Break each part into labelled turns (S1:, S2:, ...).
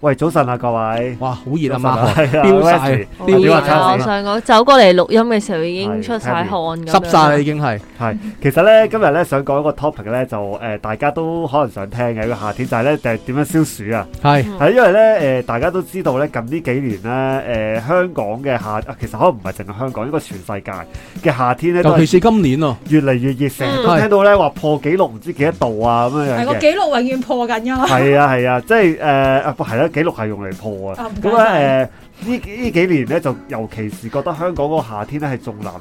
S1: 喂，早晨啊，各位。
S2: 哇，好熱
S1: 早
S2: 啊
S1: 晨
S2: 嘛
S1: 啊，係啊
S2: 飆晒
S1: Wesley，
S2: 飆
S1: 你話
S2: 晒
S1: 差唔
S2: 啊
S1: 多
S2: 嘛
S3: 我上個走過嚟錄音嘅時候已經
S1: 係
S3: 出晒汗咁樣，
S2: 濕晒啦已經係。
S1: 係，其實咧今日咧想講一個 topic 咧，就誒、呃大家都可能想聽嘅，個夏天就係咧就係點樣消暑啊。
S2: 係
S3: 嗯
S1: 係因為咧誒、呃大家都知道咧近呢幾年咧誒、呃香港嘅夏，啊其實可能唔係淨係香港，應該全世界嘅夏天咧都
S2: 尤其
S1: 係
S2: 是今年啊，
S1: 越嚟越熱，成日都
S2: 係
S1: 聽到咧話破紀錄唔知幾多度啊咁樣
S4: 係
S1: 樣
S4: 個
S1: 嘅。
S4: 紀錄永遠破緊㗎嘛。
S1: 係啊係啊，即係誒啊係啦，紀錄係用嚟破啊
S4: 啊唔。該
S1: 咁啊誒呢呢幾年咧就尤其是覺得香港嗰個夏天咧係仲難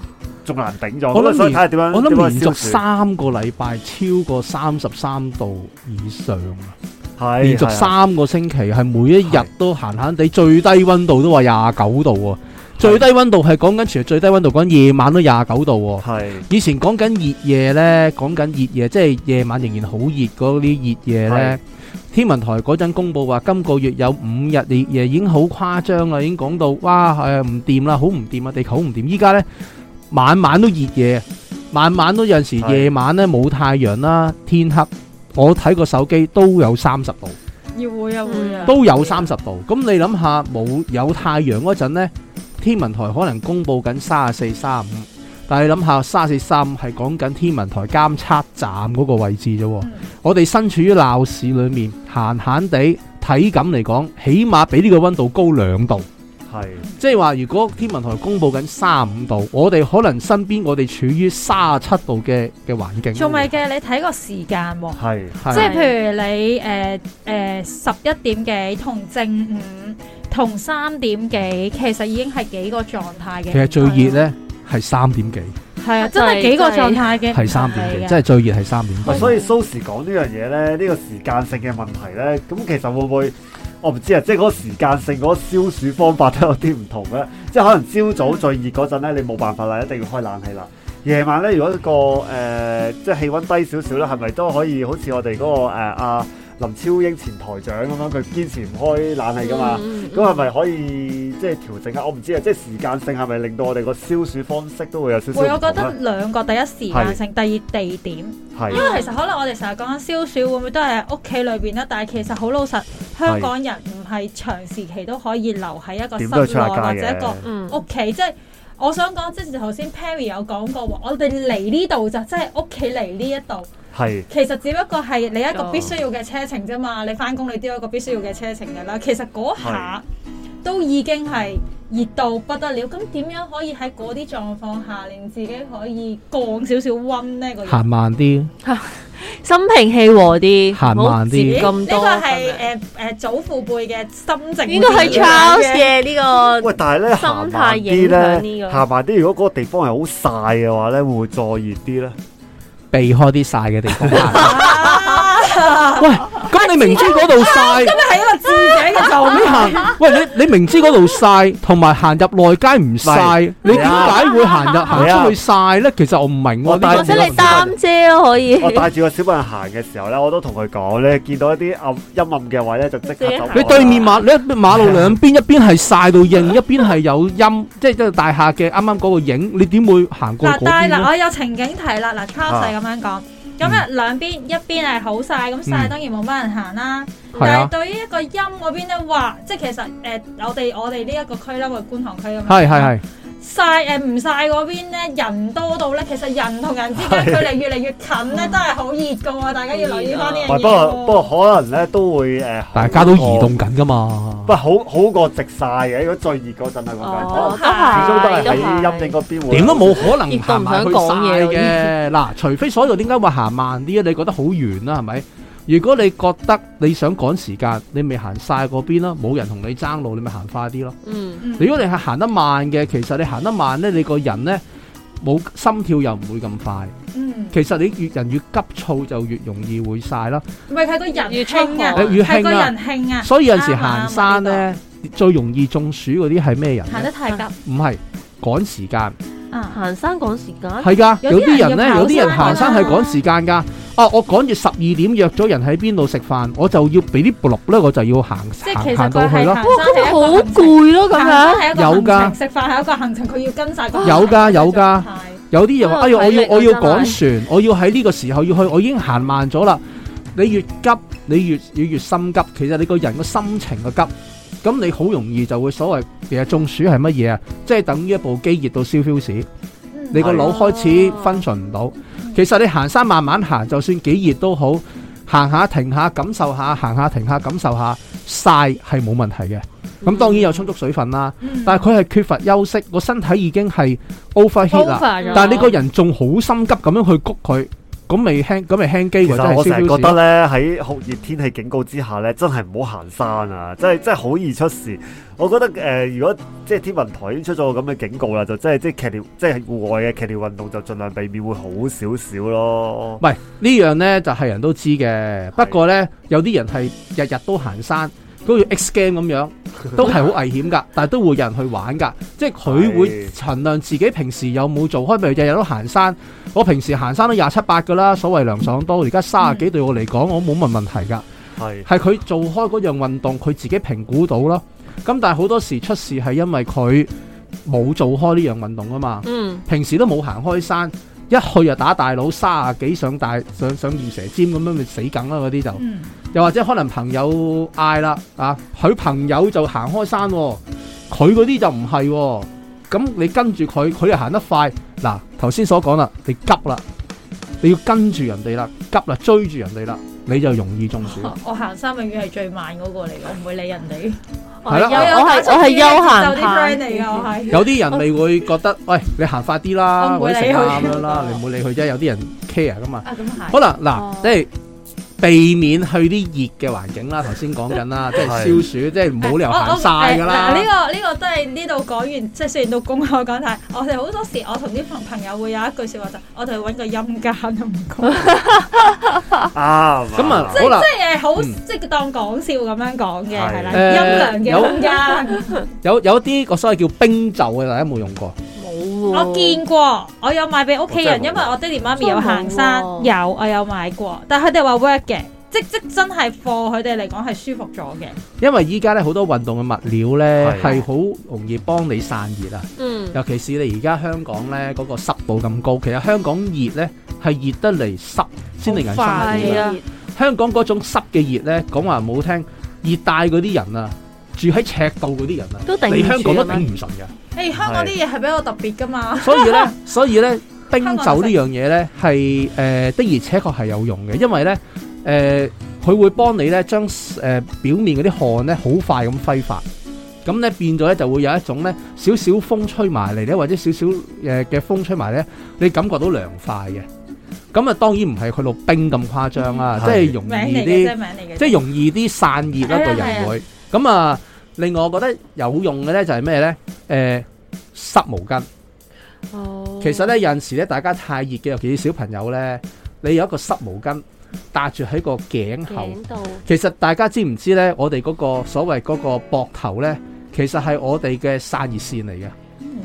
S1: 仲難頂咗。
S2: 我諗
S1: 咁啊所以睇
S2: 連
S1: 下點樣
S2: 我諗
S1: 點樣
S2: 連
S1: 消
S2: 續
S1: 暑
S2: 三個禮拜超過三十三度以上啊，
S1: 係
S2: 連續
S1: 係啊
S2: 三個星期係每一日都閒閒地，最低温度都話廿九度喎，最低温度係講緊全日最低温度講緊夜晚都廿九度喎。
S1: 係
S2: 以前講緊熱夜呢，講緊熱夜，即係夜晚仍然好熱嗰啲熱夜
S1: 係
S2: 呢。天文台嗰陣公佈話，今個月有五日熱夜，已經好誇張啦，已經講到哇誒唔掂啦，好唔掂啊，地球好唔掂。依家呢，晚晚都熱夜，晚晚都有陣時
S1: 係
S2: 夜晚呢冇太陽啦，天黑。我睇個手機都有三十度，
S4: 要會啊會啊，
S2: 都有三十度。咁你諗下冇有太陽嗰陣呢，天文台可能公佈緊三十四、三十五，但係你諗下三十四、三五係講緊天文台監測站嗰個位置啫喎。
S4: 嗯
S2: 我哋身處於鬧市裏面，閒閒地體感嚟講，起碼比呢個温度高兩度。
S1: 係
S2: 即係話，如果天文台公佈緊三五度，我哋可能身邊我哋處於三十七度嘅嘅環境。
S4: 仲未嘅，你睇個時間喎。
S1: 嗯係
S2: 係
S4: 即係譬如你誒誒十一點幾同正午同三點幾，其實已經係幾個狀態嘅。
S2: 其實最熱呢係三點幾，
S4: 係啊，真係幾個狀態嘅。
S2: 係三點幾，
S4: 嘅
S2: 即係最熱係三點
S1: 啊
S2: 幾。
S1: 所以蘇時講呢樣嘢咧，呢、個時間性嘅問題咧，咁其實會唔會我唔知啊？即係嗰個時間性嗰個消暑方法都有啲唔同咧。即係可能朝早最熱嗰陣咧，你冇辦法啦，一定要開冷氣啦。夜晚咧，如果個誒、呃即係氣温低少少咧，係咪都可以好似我哋嗰、個阿、呃啊林超英前台長咁樣，佢堅持唔開冷氣噶嘛？
S3: 嗯
S1: 咁係咪可以即係調整下？我唔知啊，即係時間性係咪令到我哋個消暑方式都會有少少
S4: 會，我
S1: 唔
S4: 覺
S1: 同
S4: 得
S1: 咧？
S4: 兩個第一時間性，第二地點。因
S1: 係
S4: 為其實可能我哋成日講緊消暑，會唔會都係屋企裏邊啦？但係其實好老實，香港人唔係長時期都可以留喺一個室
S1: 點都要出
S4: 內
S1: 下
S4: 或
S1: 街
S4: 者一個
S1: 嘅。
S3: 嗯
S4: 屋企，即係我想講，即係頭先 Perry 有講過話，我哋嚟呢度就即係屋企嚟呢一度，
S1: 係
S4: 其實只不過係你一個
S3: 哦
S4: 必須要嘅車程啫嘛。你翻工你都有一個必須要嘅車程㗎
S3: 嗯
S4: 啦。其實嗰下都已經係熱到不得了，咁點樣可以喺嗰啲狀況下令自己可以降少少温呢？個人
S2: 行慢啲，
S3: 心平氣和啲，
S2: 行慢啲
S3: 唔好
S4: 呢
S3: 接咁
S4: 個
S3: 多。啊
S4: 係誒誒祖父輩嘅心情，
S3: 應該係 Charles 嘅呢
S1: 喂，但係咧
S3: 心
S1: 行
S3: 態
S1: 慢
S3: 影響
S1: 啲
S3: 呢
S1: 咧，
S3: 個
S1: 行慢啲。如果嗰個地方係好曬嘅話咧，會唔會再熱啲 咧？
S2: 避開啲晒嘅地方。
S4: 啊，
S2: 喂，咁你明知嗰度晒。
S4: 係一個智者嘅狀
S2: 你行，喂你你明知嗰度晒，同埋行入內街唔晒，你點解會行入行出去晒咧？其實我唔明
S1: 我
S2: 喎，
S1: 帶係
S2: 呢
S3: 個，或者
S2: 個
S3: 你擔遮咯可以。
S1: 我帶住個小朋友行嘅時候咧，我都同佢講咧，見到一啲暗陰暗嘅位咧，就即刻走。
S2: 你對面馬你一馬路兩邊，一邊係晒到應，一邊係有陰，即係即係大廈嘅啱啱嗰個影，你點會行過
S4: 嗱，
S2: 嗰邊
S4: 但係
S2: 咧
S4: 嗱，？我有情景題啦，嗱，Charles 係咁樣講。咁啊，兩邊一邊係好晒，咁晒
S2: 嗯
S4: 當然冇乜人行啦。
S2: 係
S4: 但係
S2: 啊，
S4: 對於一個陰嗰邊咧，哇！即係其實誒，我哋我哋呢一個區啦，我哋觀塘區咁樣。
S2: 係係係，
S4: 晒誒唔晒嗰邊咧，人多到咧，其實人同人之間距離越嚟越近咧，都係好熱㗎喎。大家要留意翻呢
S1: 唔
S4: 樣
S1: 係
S4: 嘢。
S1: 不過不過可能咧都會誒，
S2: 大家都移動，緊噶嘛
S1: 不。過好好過直晒嘅。如果最熱嗰陣係講緊，
S3: 哦，都
S1: 始終都係
S3: 係，都
S1: 喺陰影
S3: 係。
S1: 嗰邊
S4: 啊
S1: 會。
S2: 點都冇可能
S3: 熱
S2: 行
S3: 到唔
S2: 埋
S3: 想
S2: 去
S3: 講嘢
S2: 晒嘅。嗱，除非所以我點解話行慢啲啊？你覺得好遠啦，係咪？如果你覺得你想趕時間，你咪行晒嗰邊啦，冇人同你爭路，你咪行快啲咯。
S3: 嗯，
S4: 嗯
S2: 如果你係行得慢嘅，其實你行得慢呢，你個人呢，冇心跳又唔會咁快。
S4: 嗯，
S2: 其實你越人越急躁就越容易會晒啦。
S4: 唔係佢個人
S3: 越出
S4: 興啊，
S3: 汗
S2: 越興啊
S4: 係個人興啊，
S2: 所以有陣時
S4: 啱啊
S2: 行山
S4: 啱
S2: 呢，最容易中暑嗰啲係咩人呢？
S4: 行得太急
S2: 唔係趕時間。
S4: 啊。
S3: 行山趕時間。
S2: 係噶，
S4: 有
S2: 有
S4: 啲人
S2: 啲人咧，
S4: 要跑
S2: 有啲人
S4: 山啊
S2: 行山係
S4: 㗎
S2: 趕時間㗎。啊，我趕住十二點約咗人喺邊度食飯，我就要俾啲布落咧，我就要行
S4: 即係其
S2: 行行
S4: 實
S2: 到
S4: 佢
S2: 去
S4: 係
S2: 咯。
S4: 行
S3: 哇，
S4: 山
S3: 咁咪
S4: 係一
S3: 好
S4: 個行程
S3: 攰咯咁樣。
S4: 行山係一
S2: 有
S4: 個行
S2: 㗎
S4: 程，食飯係一個行程，佢要跟晒嗰個
S2: 有㗎有㗎
S4: 行程嘅狀態
S2: 有啲人話：
S3: 啊
S2: 哎呀，我
S3: 體力
S2: 要
S3: 啊
S2: 我要
S3: 真係
S2: 趕船，我要喺呢個時候要去，我已經行慢咗啦。你越急，你越你越心急，其實你個人個心情嘅急，咁你好容易就會所謂其實中暑係乜嘢啊？即係等於一部機熱到燒 fuse，你個腦開始分神唔到。其實你行山慢慢行，就算幾熱都好，行下停下感受下，行下停下感受下，曬係冇問題嘅。咁當然有充足水分啦，但係佢係缺乏休息，個身體已經係 overheat 啦。但係你個人仲好心急咁樣去谷佢，咁咪輕咁咪輕機
S1: 其
S2: 喎，真
S1: 實
S2: 係
S1: 我成日
S2: 燒
S1: 覺得
S2: 焦
S1: 咧，喺酷熱天氣警告之下咧，真係唔好行山 啊！真係真係好易出事。我覺得誒、呃如果即係天文台已經出咗個咁嘅警告啦，就真係即係劇烈，即係戶外嘅劇烈運動就盡量避免會好少少咯
S2: 唔。係呢樣呢，就係人都知嘅。不過呢，有啲人係日日都行山，好似 X game 咁樣，都係好危險㗎。但係都會有人去玩㗎，即係佢會
S1: 係
S2: 衡量自己平時有冇做開，譬如日日都行山。我平時行山都廿七八㗎啦，所謂涼爽多。而家三十幾對我嚟講，我冇乜問題㗎。
S1: 係
S2: 係佢做開嗰樣運動，佢自己評估到咯。咁但係好多時出事係因為佢冇做開呢樣運動啊嘛，
S3: 嗯，
S2: 平時都冇行開山，一去就打大佬，三十幾上大上上二蛇尖咁樣咪死梗啦嗰啲就。
S4: 嗯
S2: 又或者可能朋友嗌啦啊，佢朋友就行開山、喎，佢嗰啲就唔係、喎。咁你跟住佢，佢又行得快。嗱，頭先所講啦，你急啦，你要跟住人哋啦，急啦，追住人哋啦，你就容易 中暑。
S4: 我行山永遠係最慢嗰個嚟嘅，我唔會理人哋。
S3: 我
S2: 係啦
S3: 休我係我係休閒
S4: 啲 friend 嚟㗎，我
S3: 派，
S4: 係。
S2: 有啲人你會覺得，喂，你行快啲啦，
S4: 我唔
S2: 或
S4: 會
S2: 者
S4: 理
S2: 成
S4: 佢
S2: 啊咁樣 啦，你唔好理佢啫。有啲人 care 噶嘛。
S4: 啊，咁係。
S2: 好啦，
S3: 哦
S2: 嗱，即係避免去啲熱嘅環境啦。頭先講緊啦，即
S1: 係
S2: 係消暑，即係唔好理由行晒㗎
S4: 嗱，呢
S2: 啦。
S4: 個呢個都係呢度講完，即係雖然都公開講，但係我哋好多時，我同啲朋朋友會有一句説話就，我哋揾個陰間啊唔講，
S1: 啱啊。
S2: 咁啊，好啦，
S4: 即係好
S2: 嗯
S4: 即係當講笑咁樣講嘅，
S1: 係
S4: 係啦，
S2: 誒
S4: 陰涼嘅空間。
S2: 有有啲個所謂叫冰袖嘅，大家有冇用過？
S3: 冇喎。
S4: 我見過，我有買俾屋企
S1: 我
S4: 人，
S1: 真係冇
S4: 因為我爹哋媽咪有行山，
S3: 真係
S4: 有我有買過，但係佢哋話 work 嘅，即即真係貨佢哋嚟講係舒服咗嘅。
S2: 因為依家咧好多運動嘅物料咧
S1: 係
S2: 係好容易幫你散熱啊。
S3: 嗯，
S2: 尤其是你而家香港咧嗰個濕度咁高，其實香港熱咧係熱得嚟濕先令人心
S4: 好
S2: 熱
S4: 快
S2: 㗎
S3: 係啊，
S2: 香港嗰種濕嘅熱呢，講話唔好聽，熱帶嗰啲人啊，住喺赤道嗰啲人啊，
S3: 都頂唔
S2: 你香港
S3: 住
S2: 都
S3: 啊嘛
S2: 頂唔順嘅。
S4: 誒、香港啲嘢係比較特別噶嘛，
S2: 所以 呢，所以呢，冰
S4: 香港
S2: 酒
S4: 食
S2: 呢樣嘢呢，係誒、呃的而且確係有用嘅，因為呢，誒、呃佢會幫你呢將誒、呃表面嗰啲汗呢好快咁揮發。咁呢變咗呢，就會有一種呢少少風吹埋嚟呢，或者少少誒嘅風吹埋呢，你感覺到涼快嘅。咁啊當然唔係佢落冰咁誇張啦，
S3: 嗯
S1: 係
S2: 即係容
S4: 名
S2: 易
S4: 嚟
S2: 啲
S4: 嘅啫，名嚟嘅啫。
S2: 即係容易啲散熱啦，
S3: 係啊
S2: 個人會。咁啊，另外我覺得有用嘅咧就係咩咧？誒、濕毛巾。
S3: 哦
S2: 其實咧有陣時咧，大家太熱嘅，尤其是小朋友咧，你有一個濕毛巾搭住喺個頸後。
S3: 頸度
S2: 其實大家知唔知咧？我哋嗰個所謂嗰個膊頭咧，其實係我哋嘅散熱線嚟嘅。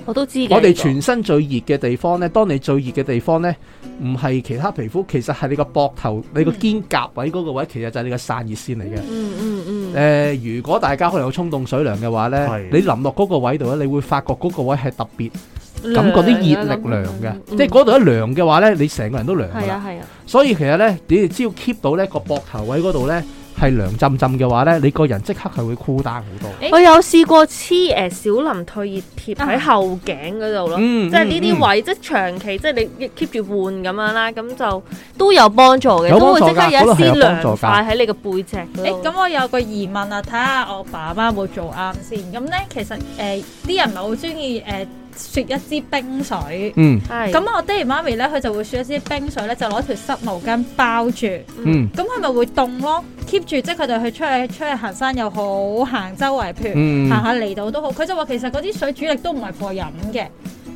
S3: 我都知嘅。
S2: 我哋全身最熱嘅地方咧，當你最熱嘅地方咧，唔係其他皮膚，其實係你個膊頭、你個肩胛位嗰個位，其實就係你嘅散熱線嚟嘅。
S3: 嗯嗯
S2: 誒、
S3: 嗯，
S2: 如果大家可能有衝凍水涼嘅話呢，
S1: 係
S2: 你淋落嗰個位度咧，你會發覺嗰個位係特別感覺啲熱力涼嘅，
S4: Ừ.
S2: 即係嗰度一涼嘅話呢，你成個人都涼㗎
S3: 係
S2: 啦。
S3: 啊係啊，
S2: 所以其實呢，你哋只要 keep 到呢個膊頭位嗰度呢係涼浸浸嘅話呢，你個人即刻係會 cool down 好多。
S4: 誒
S3: 我有試過黐誒小林退熱貼喺後頸嗰度咯。
S2: 嗯，
S3: 即係呢
S2: 嗯嗯
S3: 啲位，即係長期，即係你 keep 住換咁樣啦，咁就都有幫助嘅，
S2: 有
S3: 都
S2: 幫
S3: 會
S2: 助
S3: 即刻
S2: 㗎
S3: 有一
S2: 嗰度
S3: 絲
S2: 係有幫助
S3: 涼
S2: 㗎
S3: 快喺你個背脊嗰度。
S4: 誒咁我有個疑問啊，睇下我爸媽有冇做啱先。咁咧其實誒啲、人唔係好中意誒雪一支冰水，
S2: 嗯
S3: 係
S4: 咁我爹哋媽咪咧佢就會雪一支冰水咧，就攞條濕毛巾包住，咁
S2: 嗯
S4: 佢咪會凍咯，keep 住即係佢哋去出去出去行山又好，行周圍譬如
S2: 嗯
S4: 行下離島都好，佢就話其實嗰啲水主力都唔係過飲嘅，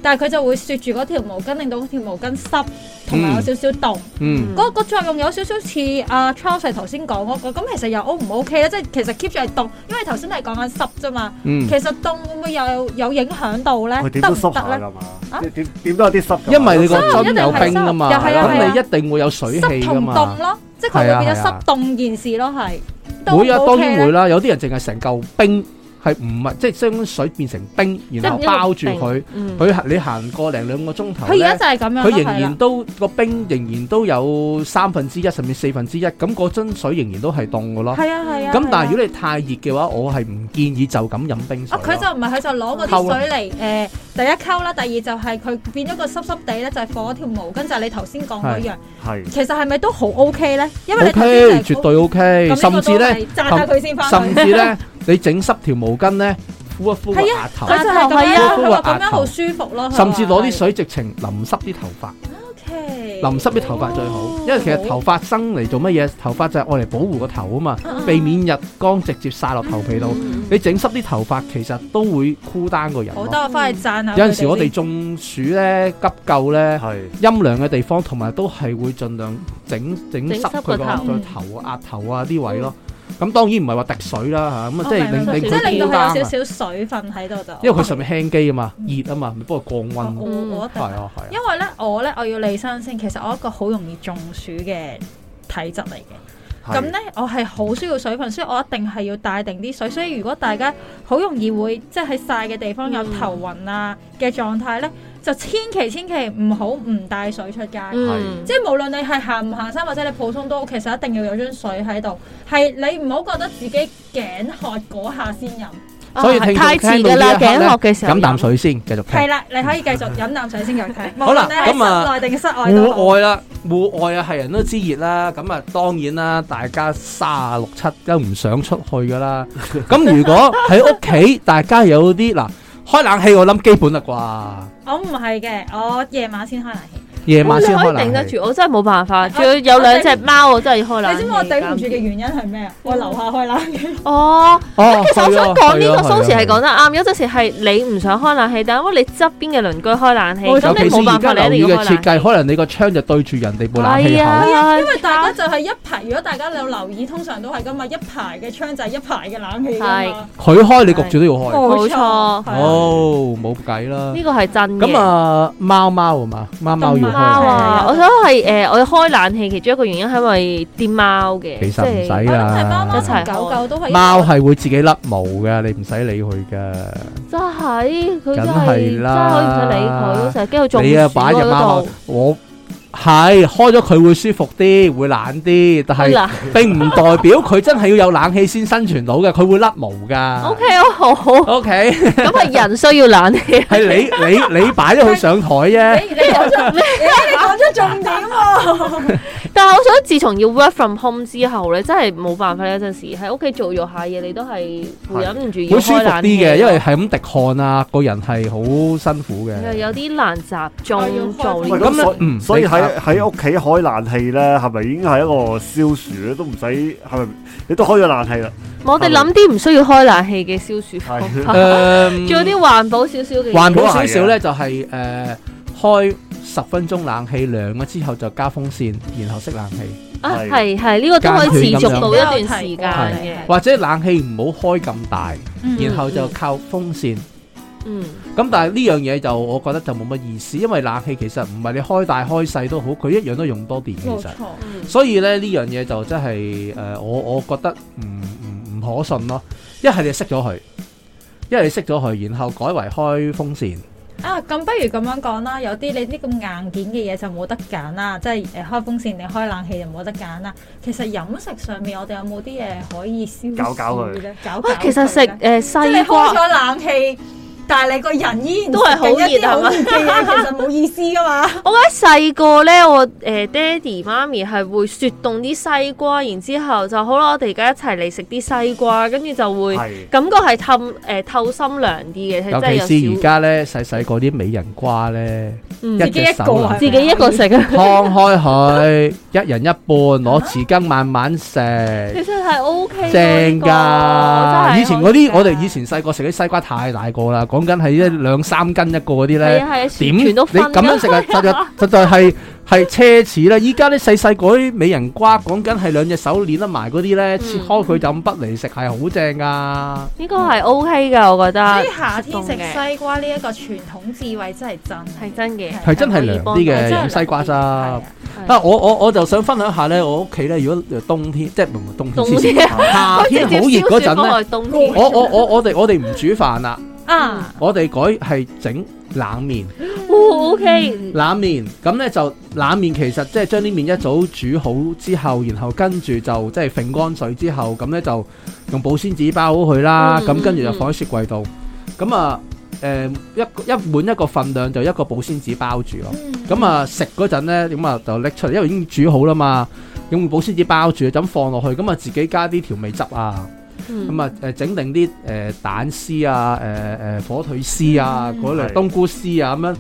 S4: 但係佢就會雪住嗰條毛巾，令到嗰條毛巾濕同埋有少少凍。
S2: 嗯
S4: 嗰個作用有少少似阿 Charles 頭先講嗰個，咁其實又 O 唔 O K 咧？即係其實 keep 住係凍，因為頭先係講緊濕啫嘛。
S2: 嗯哦
S4: 其實凍會唔會有有影響到咧？
S1: 佢點
S4: 得
S1: 都
S4: 唔
S1: 濕
S4: 得
S1: 下
S4: 咧？
S1: 㗎嘛
S4: 啊？
S1: 點點都有啲濕㗎嘛。
S2: 啊因為你個
S4: 所以一
S2: 樽
S4: 定
S2: 有
S4: 係
S2: 冰㗎嘛，
S4: 濕又係啊係啊
S2: 咁你一定會有水氣
S4: 濕
S2: 㗎
S4: 同
S2: 嘛
S4: 凍。咯，即係佢會變咗
S2: 係啊係啊
S4: 濕凍件事咯，係。都
S2: 會啊，
S4: OK
S2: 當
S4: 咧
S2: 然會。啦。有啲人淨係成嚿冰係唔係即係將水變成冰，然後
S3: 即係一路
S2: 包住佢，
S3: 嗯，
S2: 佢行你行個零兩個鐘頭
S4: 佢而家
S2: 咧
S4: 就。係咁樣咯，
S2: 佢仍
S4: 係啦
S2: 然都個冰仍然都有三分之一甚至四分之一，咁嗰樽水仍然都係凍嘅咯。
S4: 係啊係啊。
S2: 咁但係
S4: 係啊
S2: 如果你太熱嘅話，我係唔建議就咁飲冰水
S4: 啊
S2: 咯。
S4: 佢就唔係佢就攞
S2: 溝
S4: 嗰啲
S2: 啦
S4: 水嚟誒、呃第一溝啦，第二就係佢變咗個濕濕地咧，就係、放一條毛巾，就係、你頭先講嗰樣。
S1: 係
S4: 其實係咪都好 OK 咧？因為你
S2: O
S4: 頭先
S2: K，
S4: 就係
S2: 絕對 O
S4: 咁
S2: K，
S4: 呢個
S2: 甚
S4: 都
S2: 至
S4: 係
S2: 咧，
S4: 炸下佢先翻
S2: 甚至
S4: 去。
S2: 咧，你整濕條毛巾咧，敷一敷個
S4: 係啊
S2: 額頭，
S4: 佢就係咁
S3: 係
S4: 樣，
S3: 啊
S4: 佢話咁樣
S2: 額頭
S4: 好舒服咯。佢話
S2: 甚至攞啲。水直情淋濕啲頭髮，
S4: OK。
S2: 淋濕啲頭髮最好，
S4: 哦
S2: 因為其實頭髮生嚟做乜嘢？頭髮就係愛嚟保護個頭啊嘛，
S4: 嗯
S2: 避免日光直接曬落頭皮度。你整濕啲頭髮，其實都會箍單個人
S4: 好
S2: 咯。
S4: 得啊我翻去讚下佢
S2: 有陣時我哋
S4: 先
S2: 中暑咧、急救咧、
S1: 係
S2: 陰涼嘅地方，同埋都係會盡量整整
S3: 整
S2: 濕
S3: 濕
S2: 佢
S3: 個
S2: 個
S3: 頭
S2: 個頭啊、額頭啊啲位咯。咁當然唔係話滴水啦嚇，咁啊
S4: 我
S2: 即係
S4: 明
S2: 令
S4: 白
S2: 令
S4: 即哦係令
S2: 佢
S4: 到
S2: 箍
S4: 佢
S2: 單
S4: 有
S2: 啊。
S4: 少少水分喺度就。
S2: 因為佢上面輕機啊嘛，熱啊嘛，咪幫佢
S4: 我
S2: 降溫。
S4: 我我一定
S2: 係啊係
S4: 哦因
S2: 啊，
S4: 為咧，我咧我要理身先。其實我一個好容易中暑嘅體質嚟嘅。咁
S1: 係
S4: 咧，我係好需要水分，所以我一定係要帶定啲水。所以如果大家好容易會即係喺晒嘅地方有
S3: 嗯
S4: 頭暈啊嘅狀態咧，就千祈千祈唔好唔帶水出街。
S3: 嗯，
S4: 即係無論你係行唔行山或者你普通都好，其實一定要有樽水喺度。係你唔好覺得自己頸渴嗰下先飲，
S3: 啊
S2: 所以聽眾
S3: 太遲㗎
S2: 聽到呢一
S3: 啦，
S2: 刻
S3: 頸
S2: 呢
S3: 渴嘅時候
S2: 飲啖水先，繼續
S4: 係
S2: 聽。
S4: 啦，你可以繼續飲啖水先繼續睇。無
S2: 好啦
S4: 論你喺
S2: 咁啊
S4: 室內定室外都
S2: 戶
S4: 好。
S2: 外啦，戶外啊係人都知熱啦，咁啊當然啦，大家三六七都唔想出去噶啦。咁如果喺屋企，大家有啲嗱開冷氣，我諗基本啦啩，
S4: 我唔係嘅，我夜晚先開冷氣。
S2: 夜晚先開
S3: 你可以頂得
S2: 冷氣。
S3: 住，我真係冇辦法。仲要有兩隻貓，我真係開冷氣。嗯
S4: 你知唔知我頂唔住嘅原因係咩啊？我樓下開冷氣。
S3: 哦，
S2: 哦
S3: 其實我想講呢個
S2: 係啊
S3: s 時係
S2: 係啊
S3: 講得啱，有陣時係你唔想開冷氣，但因為你側邊嘅鄰居開冷氣，
S2: 尤
S3: 咁
S2: 其
S3: 你
S2: 是
S3: 冇
S2: 而
S3: 辦
S2: 家
S3: 法，
S2: 樓
S3: 你一
S2: 宇
S3: 定
S2: 嘅
S3: 要
S2: 設
S3: 開冷氣。
S2: 計，可能你個窗就對住人哋部冷氣口。
S3: 係啊
S4: 因為大家就係一排，如果大家有留意，通常都係噶啊嘛，一排嘅窗就係一排嘅冷氣㗎嘛。
S2: 佢開你焗住都要開。
S3: 冇錯
S4: 係啊
S2: 哦，冇計啦
S3: 呢。個係真嘅。
S2: 咁啊，貓貓啊嘛，貓貓要
S4: 動物
S2: 開。
S3: 貓
S4: 貓
S3: 啊！我想係誒，我開冷氣其中一個原因係因為啲貓嘅，
S2: 其實唔
S3: 即係啊
S2: 使
S4: 我諗係貓
S2: 啦，
S4: 貓
S3: 一齊
S4: 同狗啊狗都係
S2: 哎貓係會自己甩毛噶，你唔使理佢噶。
S3: 真係佢
S2: 梗
S3: 真
S2: 係
S3: 係真
S2: 啦
S3: 係可以唔使理佢，成日驚佢中暑
S2: 你啊擺只
S3: 嗰
S2: 貓
S3: 度。，
S2: 我係開咗佢會舒服啲，會懶啲，但係
S3: 嗱
S2: 並唔代表佢真係要有冷氣先生存到嘅，佢會甩毛
S3: ，O
S2: 噶。
S3: K，好好，
S2: O K，
S3: 咁係人需要冷氣。
S2: 係你你你擺咗佢上台啫，
S4: 你你講出你講出重點 喎，
S3: 但係我想，自從要 work from home 之後咧，真係冇辦法。有陣時喺屋企做咗下嘢，你都係會忍唔住要
S2: 會舒服啲
S3: 開冷氣啊
S2: 嘅，因為係咁滴汗啊，個人係好辛苦
S3: 又
S2: 嘅。
S3: 啊有啲難集中做
S1: 喂
S3: 呢
S2: 喂
S3: 個
S1: 咁
S2: 咁
S1: 所
S2: 咧嗯
S1: 所以
S2: 你
S1: 喺 喺屋企開冷氣咧，係咪已經係一個消暑咧？都唔使係咪？你都開咗冷氣啦，
S3: 我哋諗啲唔需要開冷氣嘅消暑方法，
S2: 誒
S3: 做啲環保少少嘅嘢。
S2: 啊環保少少咧，就係誒開十分鐘冷氣，涼咗之後就加風扇，然後熄冷氣。
S3: 啊，
S1: 係
S3: 係係呢個都可以持
S2: 間斷咁
S3: 續
S2: 樣
S3: 到一段時間嘅。
S2: 或者冷氣唔好開咁大，
S4: 嗯
S2: 然後就靠風扇。
S3: 嗯，
S2: 咁但係呢樣嘢就我覺得就冇乜意思，因為冷氣其實唔係你開大開細都好，佢一樣都用多電其
S4: 冇
S2: 實。
S4: 錯。
S3: 嗯
S2: 所以咧呢樣嘢就真係誒、呃我我覺得唔唔唔可信咯。一係你熄咗佢，一係你熄咗佢，然後改為開風扇。
S4: 啊，咁不如咁樣講啦，有啲你啲咁硬件嘅嘢就冇得揀啦，即係誒開風扇定開冷氣就冇得揀啦。其實飲食上面我哋有冇啲嘢可以消
S1: 搞搞佢
S4: 暑咧？搞搞
S3: 啊，其實食
S4: 佢
S3: 誒
S4: 咧即係你
S3: 西
S4: 開
S3: 瓜
S4: 咗冷氣，但係你個人依然
S3: 都係好熱
S4: 食緊一啲好
S3: 係嘛
S4: 熱嘅 嘢，其實冇意思噶嘛。
S3: 我記得細個咧，我誒、呃爹哋媽咪係會雪凍啲西瓜，然之後就好啦，我哋而家一齊嚟食啲西瓜，跟住就會
S1: 係
S3: 感覺係氹誒透心涼啲嘅，係
S2: 尤
S3: 真係有
S2: 其是而
S3: 少
S2: 家咧細細個啲美人瓜咧，
S3: 嗯
S2: 一隻
S4: 自己一個
S2: 手
S4: 啊
S3: 自己一個食 啊。
S2: 劏開 佢，一人一半，攞匙羹慢慢食，
S3: 其實係 O K，
S2: 正
S3: 噶
S2: 㗎。。以前嗰啲我哋以前細個食啲西瓜太大個啦，講緊係一兩三斤一個嗰啲
S3: 係
S2: 咧，
S3: 啊係啊，
S2: 點
S3: 全
S2: 你
S3: 都分
S2: 咁樣食啊，實在實在係係奢侈啦。依家啲細細嗰啲美人瓜，講緊係兩隻手捏得埋嗰啲咧，切開佢就咁不嚟食係好正噶。
S3: 呢個係 O K 嘅，我覺
S4: 所
S3: 得
S4: 以。夏天食
S3: 食凍
S4: 西瓜呢一個傳統智慧真係真
S3: 係真嘅，
S2: 係真係涼啲嘅，
S3: 真係
S2: 飲西瓜汁。啊，
S3: 係
S2: 我我我就想分享下咧，我屋企咧，如果呃冬天即係唔係冬天
S3: 冬
S2: 黐線，
S3: 天
S2: 夏天好熱嗰陣咧，
S3: 咧，冬天
S2: 我我我我哋我哋唔煮飯啦，
S3: 嗯
S4: 啊！
S2: 我哋改係整冷面。
S3: ，O K，
S2: 冷面咁咧就冷面其實即係將啲面一早煮好之後，然後跟住就即係揈乾水之後，咁咧就用保鮮紙包好佢啦。
S3: 嗯
S2: 咁跟住
S3: 嗯
S2: 就
S3: 嗯
S2: 放喺雪櫃度。咁啊誒一個一碗一個份量就一個保鮮紙包住咯。咁啊食嗰陣咧，咁啊就拎出嚟，因為已經煮好啦嘛，用保鮮紙包住，就咁放落去，咁啊自己加啲調味汁啊。咁
S3: 咁啊，
S2: 啊誒整定啲誒、呃蛋絲啊、誒、誒火腿絲啊、
S4: 嗯
S2: 嗰類
S1: 係
S2: 冬菇絲啊咁樣，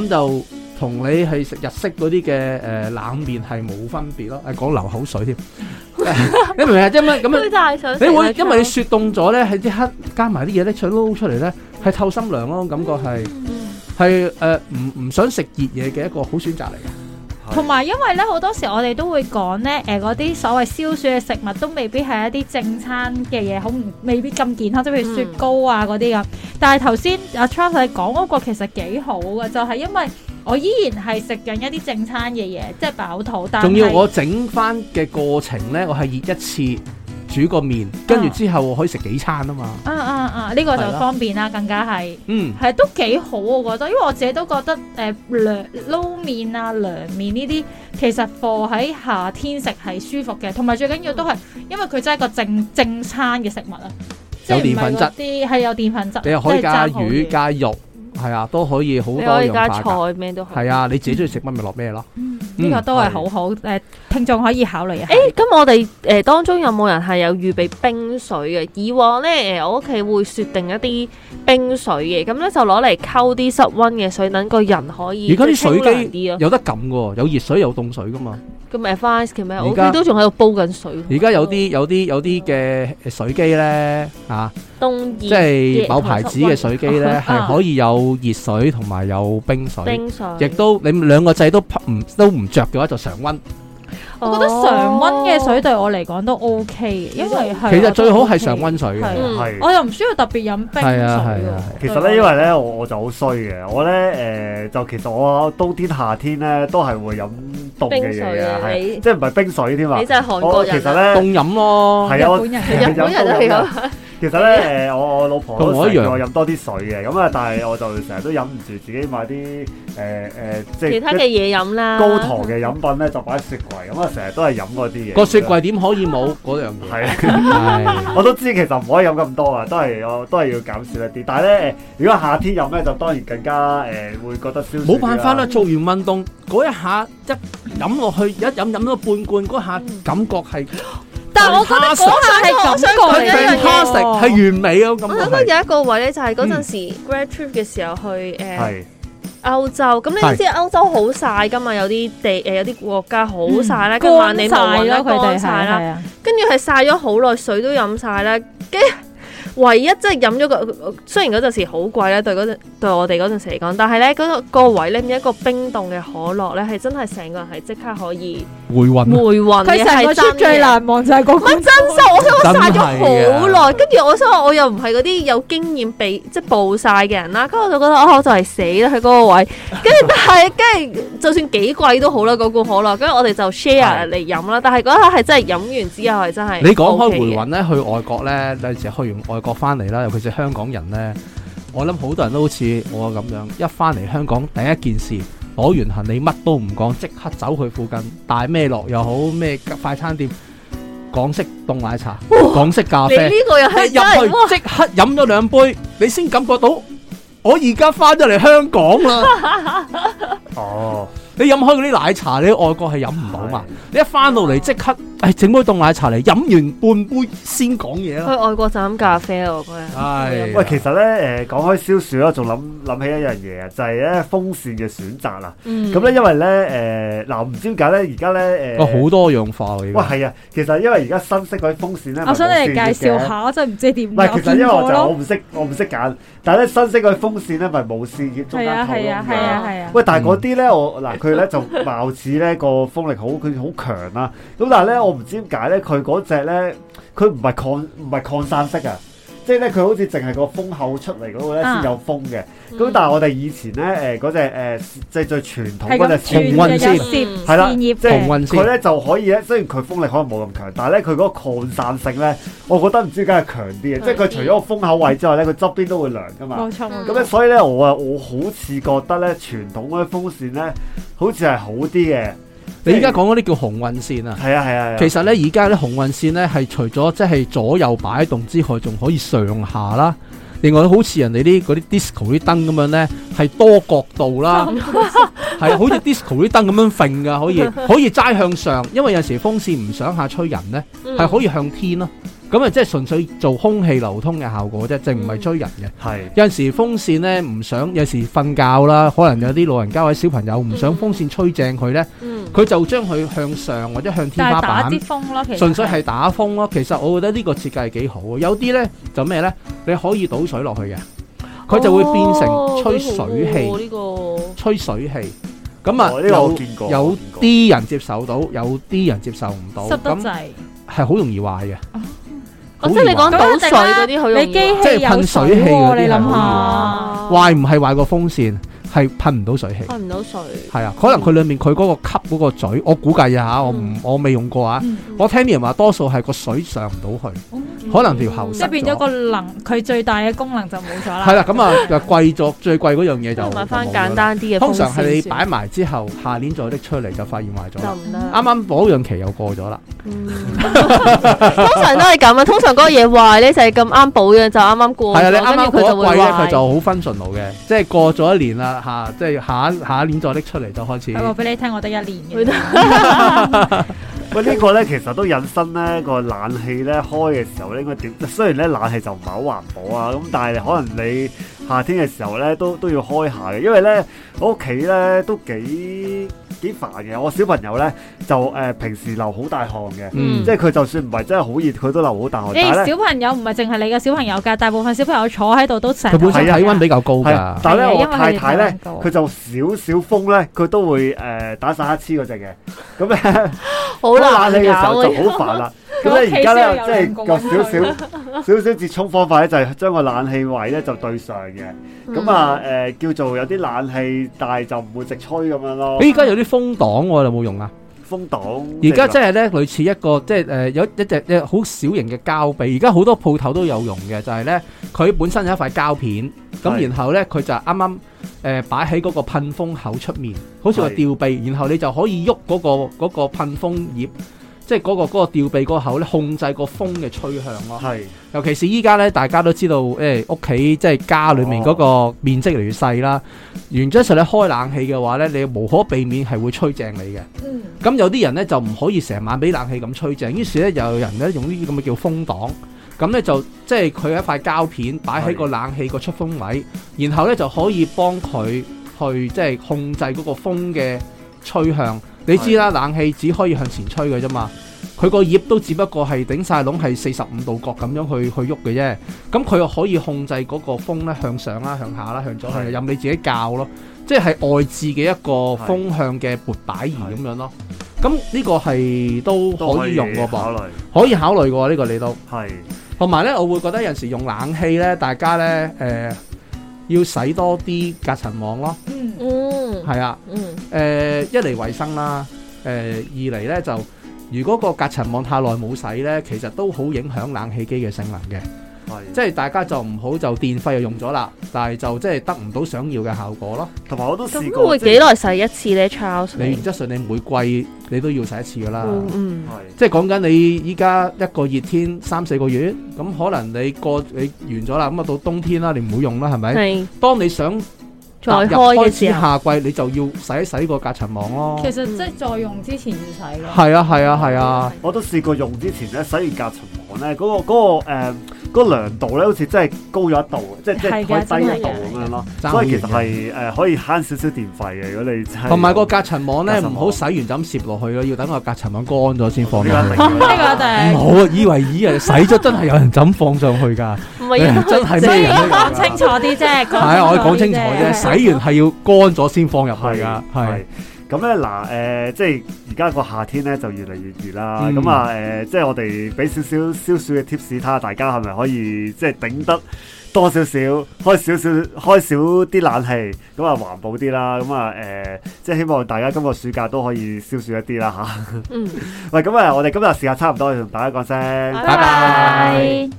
S2: 咁就同你係食日式嗰啲嘅誒冷面係冇分別咯。誒講流口水添， 你明唔明啊？因為 咁樣
S3: 佢大想食
S2: 你會
S3: 嘅
S2: 因為你雪凍咗咧，係即刻加埋啲嘢拎出嚟撈出嚟咧，係透心涼咯，感覺係係誒唔唔想食熱嘢嘅一個好選擇嚟嘅。
S4: 同埋因為咧好多時我哋都會講咧，誒嗰啲所謂消暑嘅食物都未必係一啲正餐嘅嘢，好唔未必咁健康，即係譬
S2: 嗯
S4: 如雪糕啊嗰啲咁。但係頭先阿 Charles 你講嗰個其實幾好嘅，就係、因為我依然係食緊一啲正餐嘅嘢，即係飽肚，但係
S2: 仲要我整翻嘅過程咧，我係熱一次煮個面，跟住
S4: 啊
S2: 之後我可以食幾餐啊嘛。
S4: 啊啊啊！呢、個
S2: 係
S4: 就
S2: 啦
S4: 方便啦，更加係。
S2: 嗯。
S4: 係都幾好，我覺得，因為我自己都覺得誒涼撈面啊、涼面呢啲，其實放喺夏天食係舒服嘅，同埋最緊要都係因為佢真係一個正正餐嘅食物啊，即係唔係嗰啲係有澱粉質，
S2: 你又可以加
S4: 真係爭好遠
S2: 魚加肉，係啊，都可以好
S3: 你
S2: 多
S3: 可以
S2: 樣
S3: 加
S2: 化㗎。
S3: 菜咩都好。
S2: 係 啊，你自己中意食乜咪落咩咯。
S4: 呢個
S2: 嗯
S4: 都係好好誒，聽眾可以考慮一下。
S3: 誒，咁我哋誒當中有冇人係有預備冰水嘅？以往咧誒，我屋企會雪定一啲冰水嘅，咁咧就攞嚟溝啲室温嘅水，等個人可以
S2: 而家啲
S3: 即係
S2: 水
S3: 清涼啲
S2: 機
S3: 咯。
S2: 有得撳嘅喎，有熱水有凍水噶嘛。
S3: 咁 advice 嘅咩？我
S2: 而
S3: 屋
S2: 家
S3: 企都仲喺度煲緊水。
S2: 而家有啲有啲有啲嘅水機咧嚇，
S3: 凍熱
S2: 即係某牌子 嘅水機咧，係可以有熱水同埋有冰水，
S3: 冰水，
S2: 亦都你兩個掣都唔都唔着嘅話就常温。
S3: 哦
S4: 我覺得常温嘅水對我嚟講都 OK 嘅，因為係
S2: 其實最好係
S4: 我都 OK
S2: 常，温水嘅
S4: 係。
S3: 嗯
S1: 係
S4: 我又唔需要特別飲冰水
S2: 係啊係
S4: 喎
S2: 啊。
S1: 其實咧，因為咧，我我就好衰嘅，我咧誒、呃就其實我冬天夏天咧都係會飲凍嘅
S3: 冰
S1: 嘢
S3: 水
S1: 嘅，
S3: 啊
S1: 係
S3: 你
S1: 即係唔係冰水添啊
S3: 你？真係韓
S1: 我
S3: 國
S1: 其
S3: 人
S1: 實
S3: 啊，
S1: 咧
S2: 凍飲咯，
S1: 係啊，我
S4: 日本人
S3: 日本人都係
S1: 飲
S3: 咁
S1: 凍。其實
S3: 啊
S1: 咧誒，我我老婆都
S2: 同我一
S1: 成日
S2: 樣
S1: 叫我飲多啲水嘅，咁啊，但係我就成日都忍唔住自己買啲誒誒，即係
S3: 其他嘅嘢啊飲啦，
S1: 高糖嘅飲品咧，就擺喺雪櫃，咁啊，成日都係飲嗰啲嘢。
S2: 個雪櫃點可以冇嗰樣嘢？
S1: 係。啊
S2: 係。
S1: 我都知其實唔可以飲咁多啊，都係我都係要減少一啲。但係咧，誒如果夏天飲咧，就當然更加誒、呃會覺得消暑啲
S2: 冇辦法啦，。做完運動嗰一下一飲落去，一飲飲咗半罐嗰下感覺係
S4: 但係我覺得嗰下係感覺嚟
S3: 一樣嘢
S4: 嘅
S2: ，fantastic，係
S4: 喎
S2: 完美啊！咁
S3: 我諗
S2: 覺
S3: 到
S2: 係
S3: 有一個位咧，就係嗰
S2: 嗯
S3: 陣時 grad trip 嘅時候去誒
S1: 係
S3: 歐洲，咁你都知歐洲好晒噶嘛，有啲地誒有啲國家好晒啦，跟住萬里無雲啦，乾晒啦，
S4: 啦。
S3: 跟住係晒咗好耐，水都飲晒啦，跟 住唯一即係飲咗個，雖然嗰陣時好貴啦，對嗰陣對我哋嗰陣時嚟講，但係咧嗰個位咧，一個冰凍嘅可樂咧，係真係成個人係即刻可以
S2: 回
S3: 回
S2: 運，
S3: 魂嘅，
S4: 佢成個
S3: 係真
S4: trip 最
S3: 嘅
S4: 難忘就係嗰個真
S3: 真係我想我晒咗
S2: 真
S3: 好
S2: 係
S3: 耐，跟住我想我又唔係嗰啲有經驗被即係暴晒嘅人啦，跟住我就覺得哦，我就係死啦喺嗰個位，跟住但係跟住就算幾貴都好啦，嗰罐可樂，跟住我哋就 share
S2: 係
S3: 嚟飲啦，但係嗰刻係真係飲完之後係真係
S2: 你講開
S3: OK 嘅
S2: 回運咧，去外國咧，有時去完外國翻嚟啦，尤其是香港人咧，我諗好多人都好似我咁樣，一翻嚟香港第一件事。攞完行李乜都唔講，即刻走去附近大咩落又好咩快餐店，港式凍奶茶、港式咖
S3: 你
S2: 啡
S3: 呢。個又
S2: 一
S3: 係真係哇
S2: 入去即刻飲咗兩杯，你先感覺到我而家翻咗嚟香港 啦。
S1: 哦，
S2: 你飲開嗰啲奶茶，你喺外國係飲唔到嘛？你一翻到嚟即刻唉，整杯凍奶茶嚟飲完半杯先講嘢啦。
S3: 去外國就飲咖啡喎，嗰日。
S2: 唉，
S1: 喂，其實咧，誒講開消暑啦，仲諗諗起一樣嘢啊，就係咧風扇嘅選擇啦。
S3: 嗯
S1: 咁咧，因為咧，誒嗱，唔知點解咧，而家咧，誒
S4: 哦
S2: 我好多樣化喎，
S1: 哇，
S2: 而家
S1: 係啊，其實因為而家新式嗰啲風扇咧，
S4: 我想
S1: 咪冇
S4: 你
S1: 扇
S4: 哋介紹
S1: 葉嘅
S4: 下，我真係唔知點
S1: 唔係，
S4: 有
S1: 其實因為
S4: 邊
S1: 我
S4: 個
S1: 就我
S4: 咯。
S1: 唔識，我唔識揀。但係咧，新式嗰啲風扇咧，咪冇扇葉中
S4: 係
S1: 間
S4: 啊
S1: 套
S4: 係啊
S1: 咁
S4: 係
S1: 樣
S4: 啊係啊，
S1: 喂，但係嗰啲咧，我嗱佢咧就貌似咧個風力好，佢好強啦。咁但係咧，我唔知點解咧，佢嗰只咧，佢唔係擴唔係擴散式啊，即係咧佢好似淨係個風口出嚟嗰個咧先
S4: 啊
S1: 有風嘅。咁但係我哋以前咧誒嗰只誒即係最傳統嗰隻
S4: 係咁
S1: 扇
S4: 轉
S2: 紅
S4: 嘅
S2: 運
S4: 有
S2: 先
S4: 攝
S1: 係啦
S4: 扇葉
S1: 即係
S2: 紅運先
S1: 佢咧就可以咧，雖然佢風力可能冇咁強，但係咧佢嗰個擴散性咧，我覺得唔知點解係強啲嘅，即係佢除咗個風口位之外咧，佢側邊都會涼噶嘛。
S4: 冇錯冇
S1: 咁
S4: 錯。
S1: 咧，所以咧，我啊，我好似覺得咧，傳統嗰啲風扇咧，好似係好啲嘅。
S2: 你而家講嗰啲叫紅運線啊。
S1: 係啊，係啊，係啊
S2: 其實咧，而家咧紅運線咧係除咗即係左右擺動之外，仲可以上下啦。另外好似人哋啲嗰啲 disco 啲燈咁樣咧，係多角度啦。 係啊，好似 disco 啲燈咁樣揈噶，可以 可以齋向上，因為有時風扇唔想下吹人咧，
S3: 嗯
S2: 係可以向天咯。咁啊，即係純粹做空氣流通嘅效果啫，淨唔係追人嘅。
S1: 係
S2: 有陣時風扇咧唔想，有時瞓覺啦，可能有啲老人家或者小朋友唔想風扇吹正佢咧，
S3: 嗯
S2: 佢就將佢向上或者向天
S4: 但
S2: 花
S4: 係打
S2: 板
S4: 啲。風
S3: 啊
S4: 咯，其實
S2: 純粹係打風咯，其實我覺得呢個設計係幾好嘅。有啲呢就咩呢？你可以倒水落去嘅，佢就會變成吹水氣。
S3: 哦哦幾好喎呢
S2: 吹水氣。咁啊，
S1: 哦呢個我
S2: 有
S1: 見過我
S2: 有
S1: 見過
S2: 啲人接受到，有啲人接受唔到，
S4: 濕得
S2: 咁
S4: 滯。
S2: 係好容易壞嘅。
S3: 個，哦即係你講
S4: 咁
S3: 倒
S4: 一定
S3: 水
S4: 啦
S3: 嗰啲好容易
S4: 哦你機
S3: 啊
S2: 即係
S4: 器有
S2: 噴水器
S4: 水
S2: 嗰
S4: 喎，
S2: 啲
S4: 你
S2: 係
S4: 諗
S2: 好
S4: 下。
S2: 壞唔係壞個風扇，係噴唔到水氣。
S3: 噴唔到水，
S2: 係啊，可能佢裡面佢嗰個吸嗰個嘴，我估計啊嚇，我唔
S3: 嗯
S2: 我未用過啊。
S4: 嗯
S2: 我聽啲人話多數係個水上唔到去，可能條喉
S4: 即
S2: 塞
S4: 係變咗
S2: 咗。
S4: 個能，佢最大嘅功能就冇咗啦。
S2: 係啦， 咁啊就貴 咗，最貴嗰樣嘢就
S3: 同埋翻
S2: 就冇咗啦
S3: 啊簡單啲嘅
S2: 通
S3: 風
S2: 常
S3: 扇
S2: 係你
S3: 算
S2: 擺埋之後，下年再拎出嚟就發現壞咗
S3: 就
S2: 啦。
S3: 唔得。
S2: 啱啱保養期又過咗啦。
S3: 嗯 通常都係咁啊，通常嗰個嘢壞咧就係咁啱保養就啱啱過咗，
S2: 係啊，你
S3: 跟
S2: 啱啱
S3: 住
S2: 嗰
S3: 佢就
S2: 一
S3: 會
S2: 季咧，佢
S3: 壞。
S2: 就好分順路嘅，即係過咗一年啦嚇，即係下一下一年再拎出嚟就開始。
S3: 啊
S4: 我話俾你聽，我得一年
S3: 佢
S4: 嘅
S3: 都。
S1: 喂，呢個咧其實都引申咧個冷氣咧開嘅時候咧應該點？雖然咧冷氣就唔係好環保啊，咁但係你可能你夏天嘅時候咧都都要開下嘅，因為咧我屋企咧都幾幾煩嘅。我小朋友咧就誒、呃平時流好大汗嘅，
S2: 嗯
S1: 即係佢就算唔係真係好熱，佢都流好大
S2: 哦
S1: 汗。
S4: 你
S1: 但係咧
S4: 小朋友唔係淨係你嘅小朋友㗎，大部分小朋友坐喺度都成。
S2: 佢本身
S3: 啊
S2: 體温比較高㗎
S1: 係，，但係
S4: 係啊
S1: 咧
S4: 因為
S1: 我太太咧。
S4: 佢哋
S1: 佢就少少風咧，佢都會誒、呃打晒乞嗤嗰只嘅，咁咧
S3: 好
S1: 好冷
S3: 難
S1: 氣嘅時
S3: 搞
S1: 候
S3: 啊！
S1: 就好煩啦。
S4: 佢
S1: 咁
S4: 屋
S1: 咧
S4: 企
S1: 而家
S4: 先有
S1: 咧
S4: 兩
S1: 即
S4: 個
S1: 係有少
S4: 溫
S1: 少少少折衷方法咧，就係將個冷氣位咧就對上嘅，咁啊誒叫做有啲冷氣，但係就唔會直吹咁樣咯。
S2: 你而家有啲風擋喎，有冇用啊？
S1: 風擋
S2: 而家即係咧，類似一個即係誒有一隻誒好小型嘅膠臂，而家好多鋪頭都有用嘅，就係咧佢本身有一塊膠片，咁
S1: 係
S2: 然後咧佢就啱啱誒擺喺嗰個噴風口出面，好似個
S1: 係
S2: 吊臂，然後你就可以喐嗰、個嗰、個噴風葉，即係嗰、個嗰、個吊臂嗰個口咧控制個風嘅吹向咯。
S1: 係
S2: 尤其是依家咧，大家都知道誒屋企即係家裏面嗰
S1: 哦
S2: 個面積越嚟越細啦，原則上咧開冷氣嘅話咧，你無可避免係會吹正你嘅。
S4: 嗯
S2: 咁有啲人咧就唔可以成晚俾冷氣咁吹正，於是咧又有人咧用呢啲咁嘅叫風擋，咁咧就即係佢一塊膠片擺喺個冷氣個出風位，然後咧就可以幫佢去即係控制嗰個風嘅吹向。你知啦，冷氣只可以向前吹嘅啫嘛，佢個葉都只不過係頂晒籠係四十五度角咁樣去去喐嘅啫。咁佢又可以控制嗰個風咧向上啦、向下啦、向左向右，
S1: 係
S2: 任你自己教咯。即係外置嘅一個風向嘅撥擺儀
S1: 係
S2: 咁樣咯。咁呢個係都
S1: 都
S2: 可以用嘅
S1: 考
S2: 噃，
S1: 慮
S2: 可以考慮嘅喎呢個你都。
S1: 係
S2: 同埋咧，我會覺得有陣時用冷氣咧，大家咧誒、要洗多啲隔塵網咯，
S4: 嗯，
S3: 嗯
S2: 係啊。
S3: 嗯
S2: 誒、一嚟衞生啦，誒、二嚟咧就如果個隔塵網太耐冇洗咧，其實都好影響冷氣機嘅性能嘅。
S1: 係。
S2: 即係大家就唔好就電費又用咗啦，但係就即係得唔到想要嘅效果咯。
S1: 同埋我都試
S3: 咁
S1: 過
S3: 會
S1: 即係
S3: 幾耐洗一次咧？Charles，
S2: 你啊原則上你每季你都要洗一次噶啦。
S3: 嗯嗯
S1: 係
S2: 即係講緊你依家一個熱天三四個月，咁可能你過你完咗啦，咁啊到冬天啦，你唔好用啦，係咪？
S3: 係
S2: 當你想
S3: 再開嘅時候，
S2: 夏季你就要洗一洗個隔塵網咯。
S4: 其實即係再用之前要洗咯。
S2: 係啊係啊係啊，
S1: 我都試過用之前咧，洗完隔塵網咧，嗰、個嗰、個誒嗰、涼度咧，好似真係高咗一度，即係即係
S4: 係
S1: 可以
S4: 㗎
S1: 低一
S4: 真係
S1: 度
S4: 㗎
S1: 咁樣咯。
S2: 爭
S1: 所以
S2: 好
S1: 其實
S2: 遠
S1: 係誒可以慳少少電費嘅，如果你真係
S2: 同埋個隔塵網咧
S1: 隔塵網
S2: 唔好洗完就咁攝落去咯，要等個隔塵網乾咗先放
S1: 呢
S2: 落
S1: 個一
S2: 去。
S1: 定
S4: 呢個一定
S2: 唔好啊！以為咦啊，洗咗真係有人就咁放上去㗎，
S3: 唔係啊應該
S2: 真係
S4: 所
S2: 咩
S4: 以
S2: 人
S4: 要
S2: 都有㗎。
S4: 講清楚啲啫，
S2: 係啊，我哋講清楚啫，
S4: 啲
S2: 洗完係要乾咗先放入去
S1: 係
S2: 㗎，係。
S1: 咁咧嗱，誒、即係而家個夏天咧就越嚟越熱啦。
S2: 嗯
S1: 咁、啊，誒、即係我哋俾少少少少嘅 tips，睇下大家係咪可以即係頂得多少少，開少少，開少啲冷氣，咁啊環保啲啦。咁啊，誒、即係希望大家今個暑假都可以消暑一啲啦吓，
S3: 嗯，
S1: 喂，咁啊，我哋今日時間差唔多，同大家講聲。
S2: 拜拜
S3: 拜。